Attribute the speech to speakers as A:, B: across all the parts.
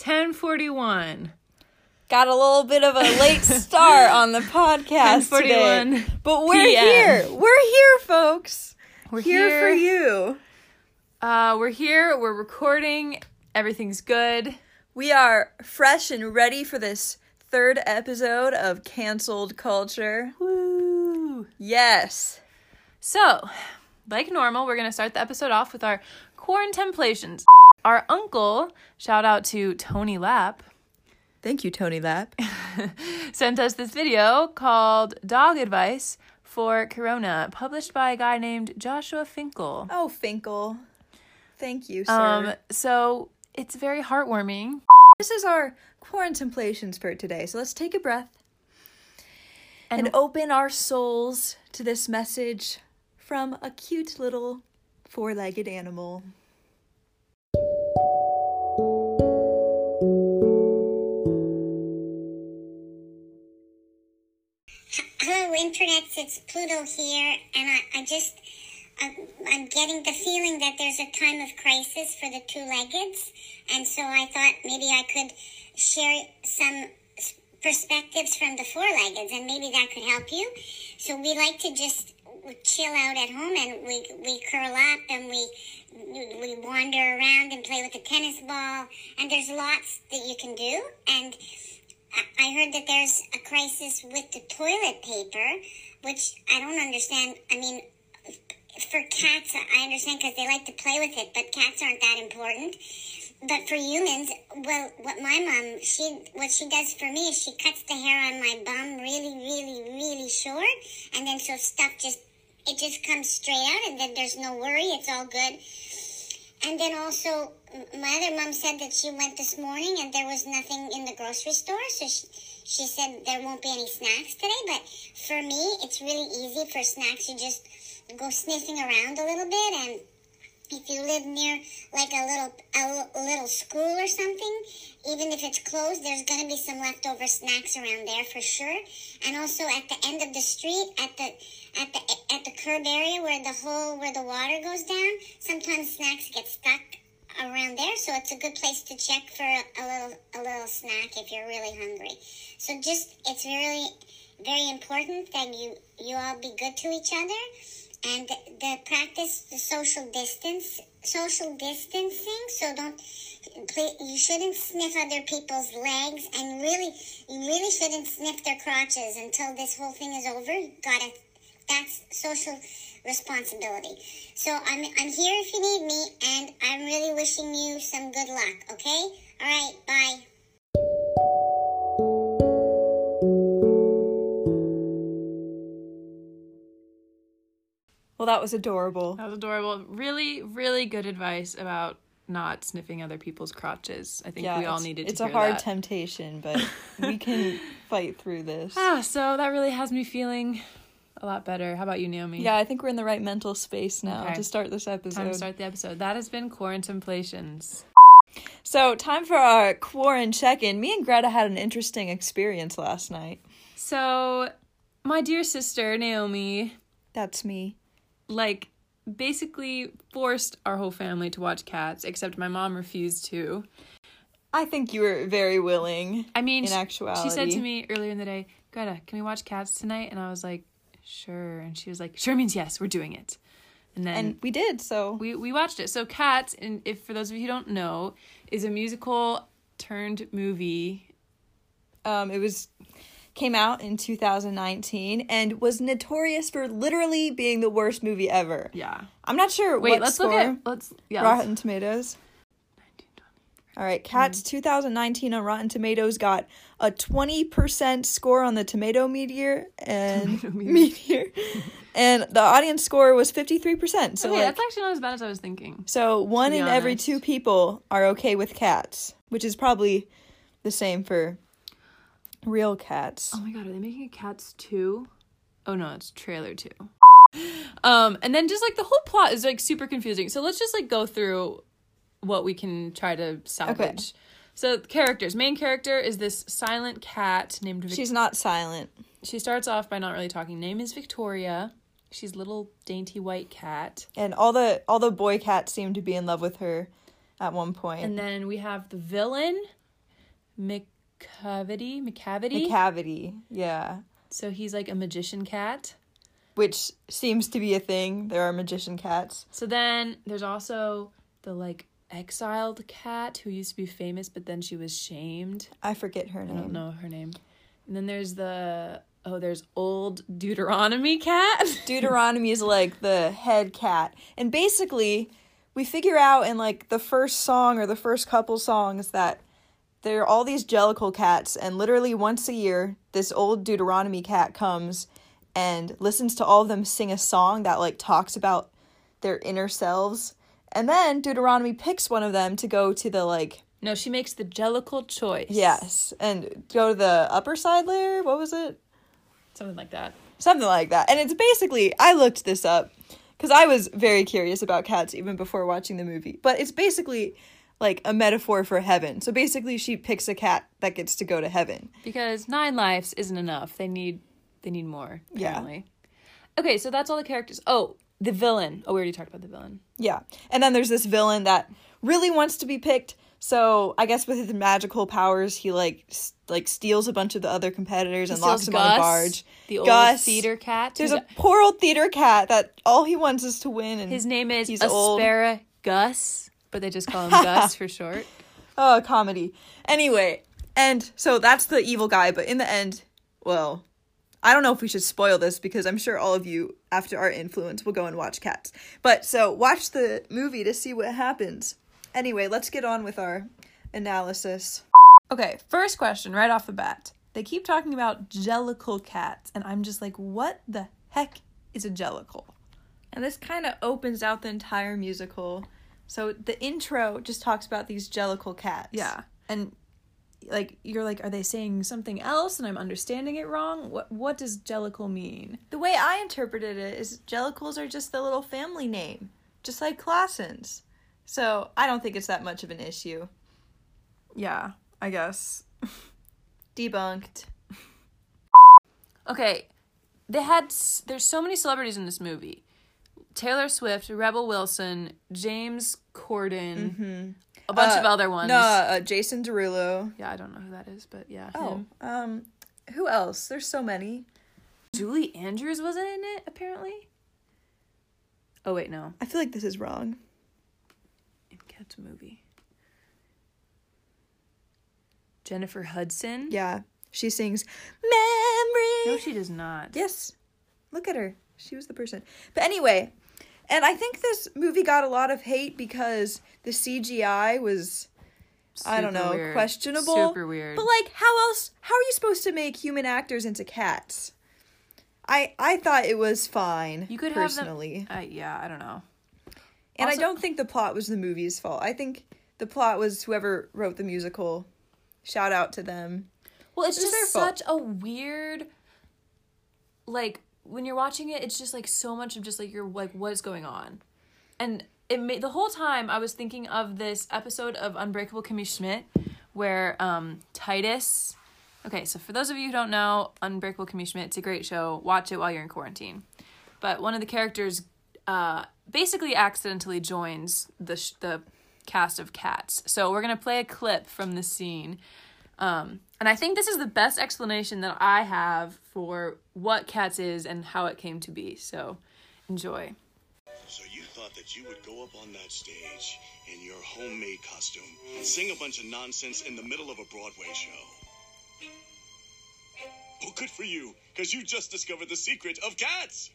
A: 1041.
B: Got a little bit of a late start on the podcast today.
A: 10:41
B: But we're
A: PM.
B: here. We're here, folks.
A: We're
B: here, for you.
A: Uh, we're here. We're recording. Everything's good.
B: We are fresh and ready for this third episode of Cancelled Culture.
A: Woo!
B: Yes.
A: So, like normal, we're going to start the episode off with our quarantemplations. Our uncle, shout out to Tony Lapp,
B: Thank you, Tony Lap.
A: sent us this video called Dog Advice for Corona, published by a guy named Joshua Finkel.
B: Oh, Finkel. Thank you, sir.
A: Um, so it's very heartwarming.
B: this is our quarantemplations for today. So let's take a breath
A: And-
B: and open our souls to this message from a cute little four legged animal.
C: Hello, internets. It's Pluto here, and I, I just I'm, I'm getting the feeling that there's a time of crisis for the two-leggeds, and so I thought maybe I could share some s- perspectives from the four-leggeds, and maybe that could help you. So we like to just chill out at home, and we we curl up, and we we wander around and play with a tennis ball, and there's lots that you can do, and. I- I heard that there's a crisis with the toilet paper, which I don't understand. I mean, for cats, I understand because they like to play with it, but cats aren't that important. But for humans, well, what my mom, she, what she does for me is she cuts the hair on my bum really, really, really short, and then so stuff just, it just comes straight out, and then there's no worry, it's all good. And then also, m- my other mom said that she went this morning and there was nothing in the grocery store, so she, she said there won't be any snacks today. But for me, it's really easy for snacks. You just go sniffing around a little bit, and if you live near like a little a l- little school or something, even if it's closed, there's gonna be some leftover snacks around there for sure. And also at the end of the street, at the at the at the curb area where the hole where the water goes down, sometimes snacks get stuck around there, so it's a good place to check for a, a little a little snack if you're really hungry. So just it's really very important that you you all be good to each other and the, the practice the social distance social distancing so don't pl- you shouldn't sniff other people's legs and really you really shouldn't sniff their crotches until this whole thing is over you gotta that's social responsibility so i'm i'm here if you need me and i'm really wishing you some good luck okay all right bye
B: Well, that was adorable.
A: That was adorable. Really, really good advice about not sniffing other people's crotches. I think we all
B: it's-
A: needed to
B: It's
A: hear
B: a hard
A: that.
B: temptation, but we can fight through this.
A: Ah, so that really has me feeling a lot better. How about you, Naomi?
B: Yeah, I think we're in the right mental space now
A: Okay.
B: to start this episode.
A: Time to start the episode. That has been Quarantemplations.
B: So, time for our quarantine check-in. Me and Greta had an interesting experience last night.
A: So, my dear sister, Naomi,
B: That's me.
A: like, basically forced our whole family to watch cats, except my mom refused to.
B: I think you were very willing.
A: I mean,
B: in
A: sh-
B: actuality,
A: she said to me earlier in the day, Greta, can we watch Cats tonight? And I was like, sure. And she was like, sure means yes, we're doing it. And then
B: and we did. So
A: we, we watched it. So Cats, and if for those of you who don't know, is a musical turned movie.
B: Um, it was came out in 2019 and was notorious for literally being the worst movie ever.
A: Yeah.
B: I'm not sure.
A: Wait,
B: what
A: let's
B: score.
A: look at let's yeah. let's-
B: Rotten Tomatoes. All right, Cats
A: Mm-hmm.
B: 2019 on Rotten Tomatoes got a 20% score on the Tomato Meteor and Meteor, and the audience score was 53%. So
A: Okay,
B: like,
A: that's actually not as bad as I was thinking.
B: so one
A: be
B: in every
A: honest.
B: two people are okay with cats, which is probably the same for real cats.
A: Oh my god, are they making a Cats 2? Oh no, it's trailer 2. Um and then just like the whole plot is like super confusing. So let's just like go through what we can try to salvage. So characters. Main character is this silent cat named Vic-
B: She's not silent.
A: She starts off by not really talking. Name is Victoria. She's little dainty white cat.
B: and all the all the boy cats seem to be in love with her at one point.
A: And then we have the villain McCavity. McCavity.
B: McCavity. Yeah.
A: so he's like a magician cat.
B: Which seems to be a thing. There are magician cats.
A: So then there's also the like exiled cat who used to be famous, but then she was shamed.
B: I forget her
A: I
B: name.
A: don't know her name. And then there's the oh, there's old Deuteronomy cat.
B: Deuteronomy is like the head cat. And basically, we figure out in like the first song or the first couple songs that there are all these jellicle cats, and literally once a year, this old Deuteronomy cat comes and listens to all of them sing a song that like talks about their inner selves. And then Deuteronomy picks one of them to go to the like,
A: no, she makes the jellical choice.
B: yes, and go to the upper side layer. What was it?
A: something like that.
B: something like that. And it's basically I looked this up because I was very curious about cats even before watching the movie. But it's basically like a metaphor for heaven. So basically, she picks a cat that gets to go to heaven.
A: because nine lives isn't enough. They need they need more.
B: Yeah.
A: Apparently. Okay, so that's all the characters. Oh, the villain. Oh, we already talked about the villain.
B: Yeah. And then there's this villain that really wants to be picked. So I guess with his magical powers, he like s- like steals a bunch of the other competitors and locks
A: Steals
B: them on a barge.
A: the old
B: Gus.
A: theater cat.
B: There's
A: He's-
B: a poor old theater cat that all he wants is to win. And
A: his name is
B: he's old.
A: Aspera Gus, but they just call him Gus for short.
B: Oh, comedy. Anyway, and so that's the evil guy, but in the end, well, I don't know if we should spoil this because I'm sure all of you, after our influence, will go and watch Cats. But so watch the movie to see what happens. Anyway, let's get on with our analysis.
A: Okay, first question right off the bat. They keep talking about jellicle cats, and I'm just like, what the heck is a jellicle?
B: And this kind of opens out the entire musical. So the intro just talks about these jellicle cats.
A: Yeah. And like you're like, are they saying something else and I'm understanding it wrong? What what does jellicle mean?
B: The way I interpreted it is Jellicles are just the little family name, just like Clausens. So I don't think it's that much of an issue.
A: Yeah, I guess.
B: Debunked.
A: Okay. They had s- there's so many celebrities in this movie. Taylor Swift, Rebel Wilson, James Corden, a bunch of other ones.
B: No, uh, Jason Derulo.
A: Yeah, I don't know who that is, but yeah.
B: Oh,
A: him.
B: um, who else? There's so many.
A: Julie Andrews wasn't in it apparently. Oh wait, no.
B: I feel like this is wrong.
A: In Cats movie. Jennifer Hudson?
B: Yeah, she sings "Memory."
A: No, she does not.
B: Yes. Look at her. She was the person. But anyway, and I think this movie got a lot of hate because the CGI was I don't
A: Super
B: know,
A: weird.
B: questionable.
A: Super weird.
B: But like how else how are you supposed to make human actors into cats? I I thought it was fine
A: you could
B: personally.
A: have them. Uh, yeah, I don't know.
B: and
A: also-
B: I don't think the plot was the movie's fault. I think the plot was whoever wrote the musical. Shout out to them.
A: Well, it's
B: It's
A: just
B: their fault.
A: such a weird. Like when you're watching it, it's just like so much of just like you're like what is going on, and it made the whole time I was thinking of this episode of Unbreakable Kimmy Schmidt, where um Titus. Okay, so for those of you who don't know, Unbreakable Kimmy Schmidt, it's a great show. Watch it while you're in quarantine. But one of the characters uh, basically accidentally joins the sh- the cast of Cats. So we're gonna play a clip from the scene um, and I think this is the best explanation that I have for what Cats is and how it came to be. So enjoy.
D: So you thought that you would go up on that stage in your homemade costume and sing a bunch of nonsense in the middle of a Broadway show. Well, good for you, because you just discovered the secret of cats!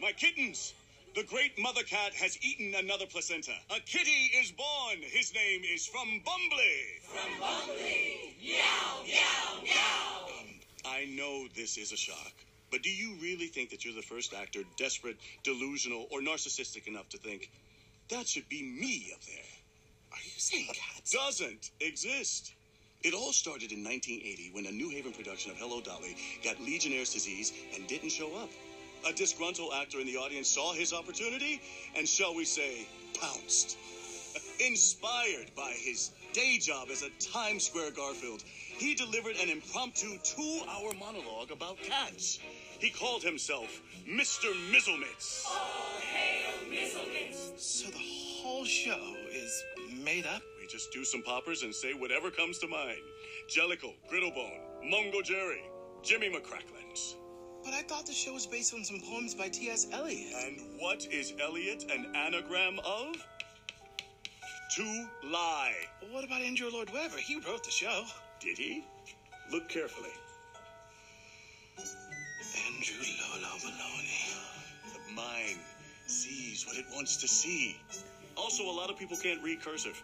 D: My kittens! The great mother cat has eaten another placenta. A kitty is born! His name is From Bumbly! From Bumbly! Meow, meow, meow! I know this is a shock, but do you really think that you're the first actor desperate, delusional, or narcissistic enough to think that should be me up there? Are you saying cats? Doesn't exist. It all started in 1980 when a New Haven production of Hello Dolly got Legionnaire's disease and didn't show up. A disgruntled actor in the audience saw his opportunity and, shall we say, pounced. Inspired by his day job as a Times Square Garfield, he delivered an impromptu two hour monologue about cats. He called himself Mr. Mizzlemits. So the whole
E: whole show is made up?
D: We just do some poppers and say whatever comes to mind. Jellicle, Griddlebone, Mungo Jerry, Jimmy McCracklins.
E: But I thought the show was based on some poems by T.S. Eliot.
D: And what is Eliot an anagram of? To lie.
E: What about Andrew Lloyd Webber? He wrote the show.
D: Did he? Look carefully.
E: Andrew Lolo Maloney.
D: The mind sees what it wants to see. Also, a lot of people can't read cursive.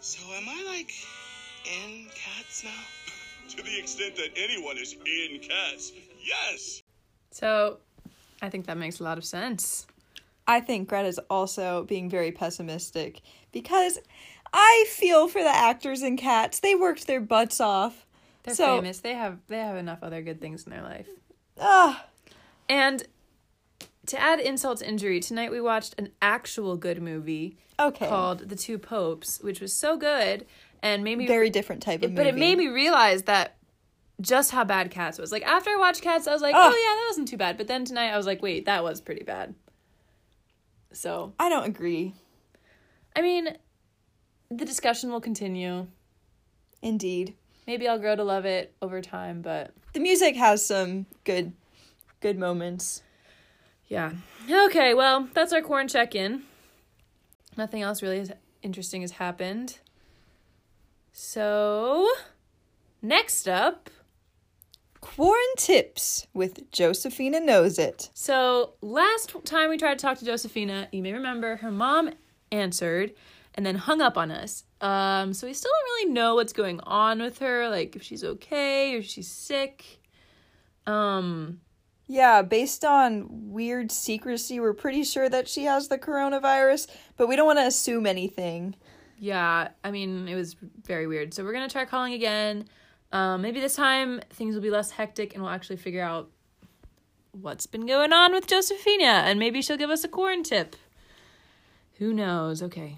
E: So am I like in cats now?
D: to the extent that anyone is in cats, yes.
A: So, I think that makes a lot of sense.
B: I think Greta's also being very pessimistic because I feel for the actors in Cats. They worked their butts off.
A: They're so, famous. They have they have enough other good things in their life.
B: Ah.
A: And to add insult to injury, tonight we watched an actual good movie
B: okay.
A: called The Two Popes, which was so good and made me
B: very different type of
A: But
B: movie.
A: it made me realize that just how bad Cats was. Like after I watched Cats, I was like, oh, oh yeah, that wasn't too bad. But then tonight I was like, wait, that was pretty bad. So
B: I don't agree.
A: I mean, the discussion will continue.
B: Indeed.
A: Maybe I'll grow to love it over time, but
B: the music has some good good moments.
A: Yeah. Okay, well, that's our corn check in. Nothing else really interesting has happened. So, next up
B: Quarren Tips with Josephina Knows It.
A: So, last time we tried to talk to Josephina, you may remember her mom answered and then hung up on us. Um, so, we still don't really know what's going on with her, like if she's okay or if she's sick. Um,
B: yeah, based on weird secrecy, we're pretty sure that she has the coronavirus, but we don't want to assume anything.
A: Yeah, I mean, it was very weird. So we're going to try calling again. Um, maybe this time things will be less hectic and we'll actually figure out what's been going on with Josephina and maybe she'll give us a corn tip. Who knows? Okay.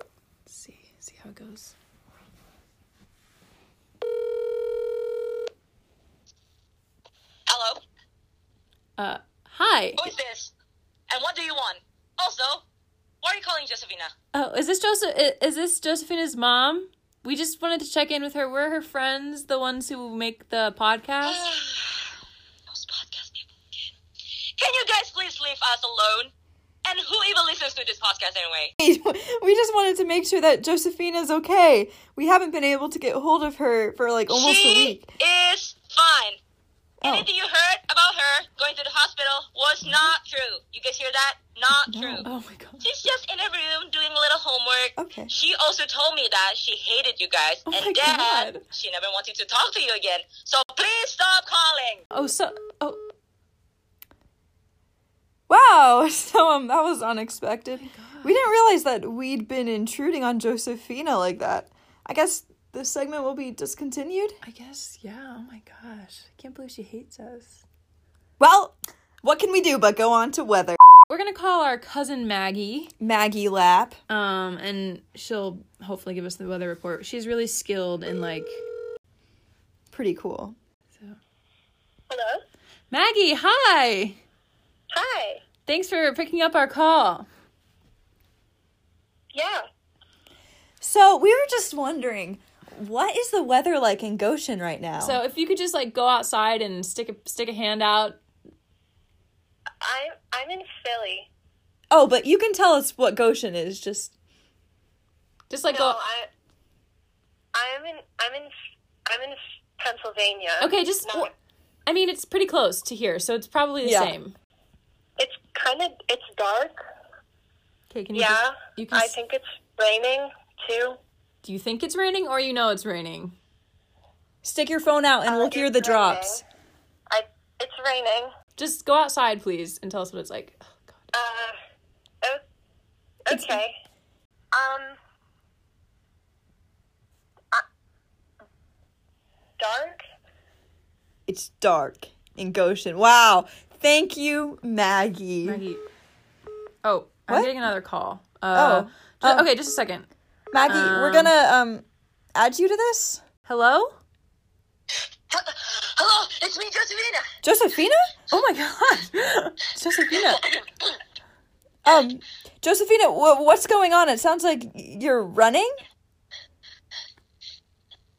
A: Let's see, see how it goes.
F: Hello.
A: Uh, hi.
F: Who's this? And what do you want? Also, why are you calling Josephina?
A: Oh, is this Joseph? Is this Josephina's mom? We just wanted to check in with her. We're her friends, the ones who make the podcast.
F: Those podcast people. Can you guys please leave us alone? And who even listens to this podcast anyway?
B: we just wanted to make sure that Josephina's okay. We haven't been able to get hold of her for like almost
F: she
B: a week.
F: is fine. Oh. Anything you heard about her going to the hospital was not true. You guys hear that? Not
A: no.
F: true.
A: Oh my god.
F: She's just in her room doing a little homework.
B: Okay.
F: She also told me that she hated you guys
A: Oh my
F: and then
A: God.
F: she never wanted to talk to you again. So please stop calling.
A: Oh so oh
B: Wow, so um, that was unexpected. we didn't realize that we'd been intruding on Josephina like that. I guess this segment will be discontinued.
A: I guess yeah. Oh my gosh. I can't believe she hates us.
B: Well, what can we do but go on to weather?
A: We're going to call our cousin Maggie.
B: Maggie Lap.
A: Um and she'll hopefully give us the weather report. She's really skilled in like
B: Pretty cool.
A: so
F: Hello?
A: Maggie, hi.
F: Hi.
A: Thanks for picking up our call.
F: Yeah.
B: So we were just wondering, what is the weather like in Goshen right now?
A: So if you could just like go outside and stick a stick a hand out.
F: I'm I'm in Philly.
B: oh, but you can tell us what Goshen is. Just
A: Just like go
F: I I'm in I'm in I'm in Pennsylvania.
A: Okay, just
F: Not-
A: I mean it's pretty close to here, so it's probably the
B: Yeah.
A: same.
F: It's kind of it's dark.
A: Okay, can you
F: Yeah,
A: just- you can
F: I
A: s-
F: think it's raining too.
A: Do you think it's raining or you know it's raining?
B: stick your phone out and we'll hear the
F: it's raining.
B: drops.
F: I it's raining.
A: Just go outside, please, and tell us what it's like. Oh, God.
F: Uh, oh, okay. Um, I- dark.
B: It's dark in Goshen. Wow. Thank you, Maggie.
A: Maggie. Oh,
B: What?
A: I'm getting another call. Uh,
B: Oh,
A: ju- okay, just a second.
B: Maggie, we're gonna um add you to this.
A: Hello?
F: Hello, it's me, Josephina.
B: Josephina?
A: Oh my God. Josephina.
B: Um, Josephina, wh- what's going on? It sounds like you're running.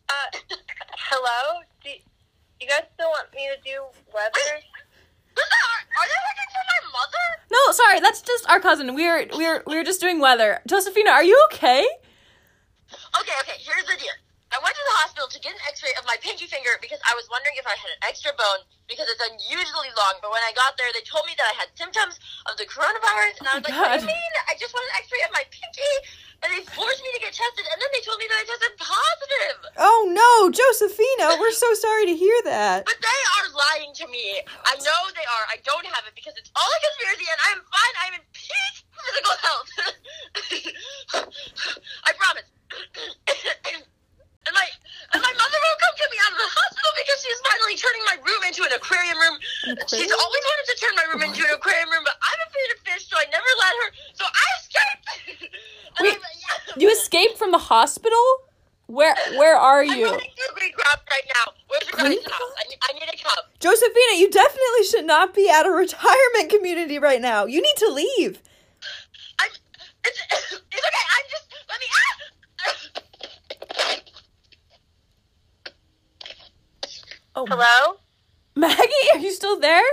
G: Uh, hello? Do you guys still want me to do weather?
F: Does that, are, are they looking for my mother?
A: No, sorry, that's just our cousin. We're we're we're just doing weather. Josephina, are you okay?
F: Okay, okay, here's the deal. I went to the hospital to get an x-ray of my pinky finger because I was wondering if I had an extra bone because it's unusually long. But when I got there, they told me that I had symptoms of the coronavirus. And I was like, what
A: God.
F: do you mean? I just want an x-ray of my pinky. And they forced me to get tested. And then they told me that I tested positive.
B: Oh no, Josephina, we're so sorry to hear that.
F: But they are lying to me. I know they are. I don't have it because it's all a conspiracy and I'm fine. I'm in peak physical health. I promise. and my and my mother won't come get me out of the hospital because she's finally turning my room into an aquarium room. She's always wanted to turn my room into an aquarium room, but I'm afraid of fish, so I never let her. So I escaped. And
A: Wait,
F: I'm-
A: You escaped from the hospital? Where where are
F: I'm
A: you?
F: running to a Greek grab right now. Where's the
A: Greek
F: guy's house? I need, I need a cup.
B: Josephina, you definitely should not be at a retirement community right now. You need to leave.
F: I'm. It's, it's okay. I'm just. Let me. Ah!
G: Hello?
A: Maggie, are you still there?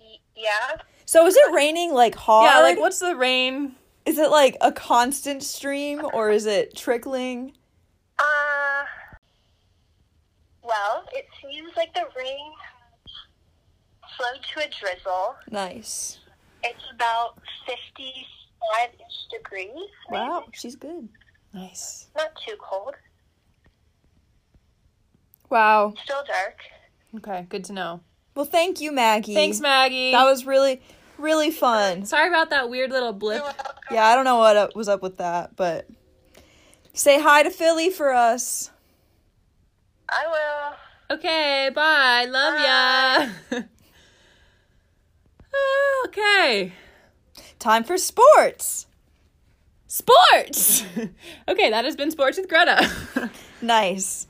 G: Y- yeah?
B: So is it raining like hard?
A: Yeah, like what's the rain?
B: Is it like a constant stream or is it trickling?
G: Uh, well, it seems like the rain has slowed to a drizzle.
B: Nice.
G: It's about 55 ish degrees.
B: Wow, she's good.
A: Nice.
G: Not too cold.
B: Wow.
G: Still dark.
A: Okay, good to know.
B: Well, thank you, Maggie.
A: Thanks, Maggie.
B: That was really, really fun.
A: Sorry about that weird little blip.
B: Yeah, I don't know what up- was up with that, but say hi to Philly for us.
G: I will.
A: Okay, bye. Love ya. Oh, okay.
B: Time for sports.
A: Sports. okay, that has been sports with Greta.
B: Nice.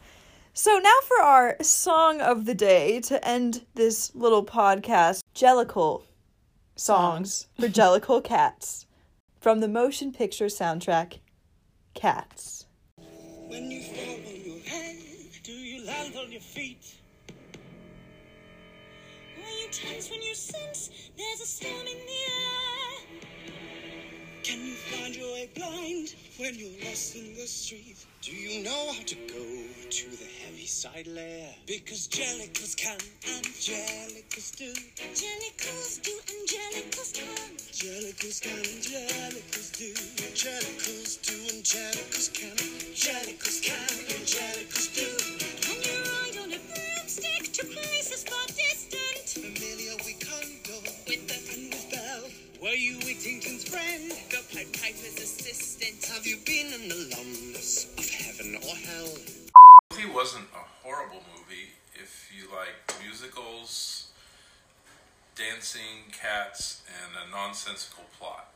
B: So now for our song of the day to end this little podcast, Jellicle songs for Jellicle cats from the motion picture soundtrack Cats.
E: When you fall on your head, do you land on your feet?
H: Are you tense when you sense there's a storm in the air?
E: Can you find your way blind when you're lost in the street?
D: Do you know how to go to the heavy side lair?
E: Because jellicles can and jellicles do.
H: Angelicals do angelicals can.
E: Jellicles can and jellicles do. Jellicles do and jellicals can. Jellicles can and jellicles do.
H: Can you ride on a broomstick to places far distant?
E: Familiar we condor with the and with bell. Were you Whittington's friend? The Pied Piper's assistant.
D: Have you been an alumnus of heaven or hell?
I: movie wasn't a horrible movie. If you like musicals, dancing cats, and a nonsensical plot.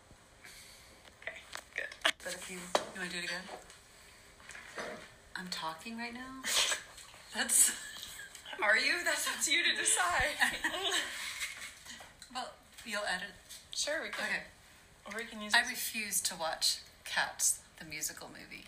J: But if you you want to do it again? I'm talking right now. That's. Are you? That's up to you to decide. well, you'll edit.
K: Sure, we can.
J: Okay.
K: Or we can use.
J: I refuse to watch Cats, the musical movie.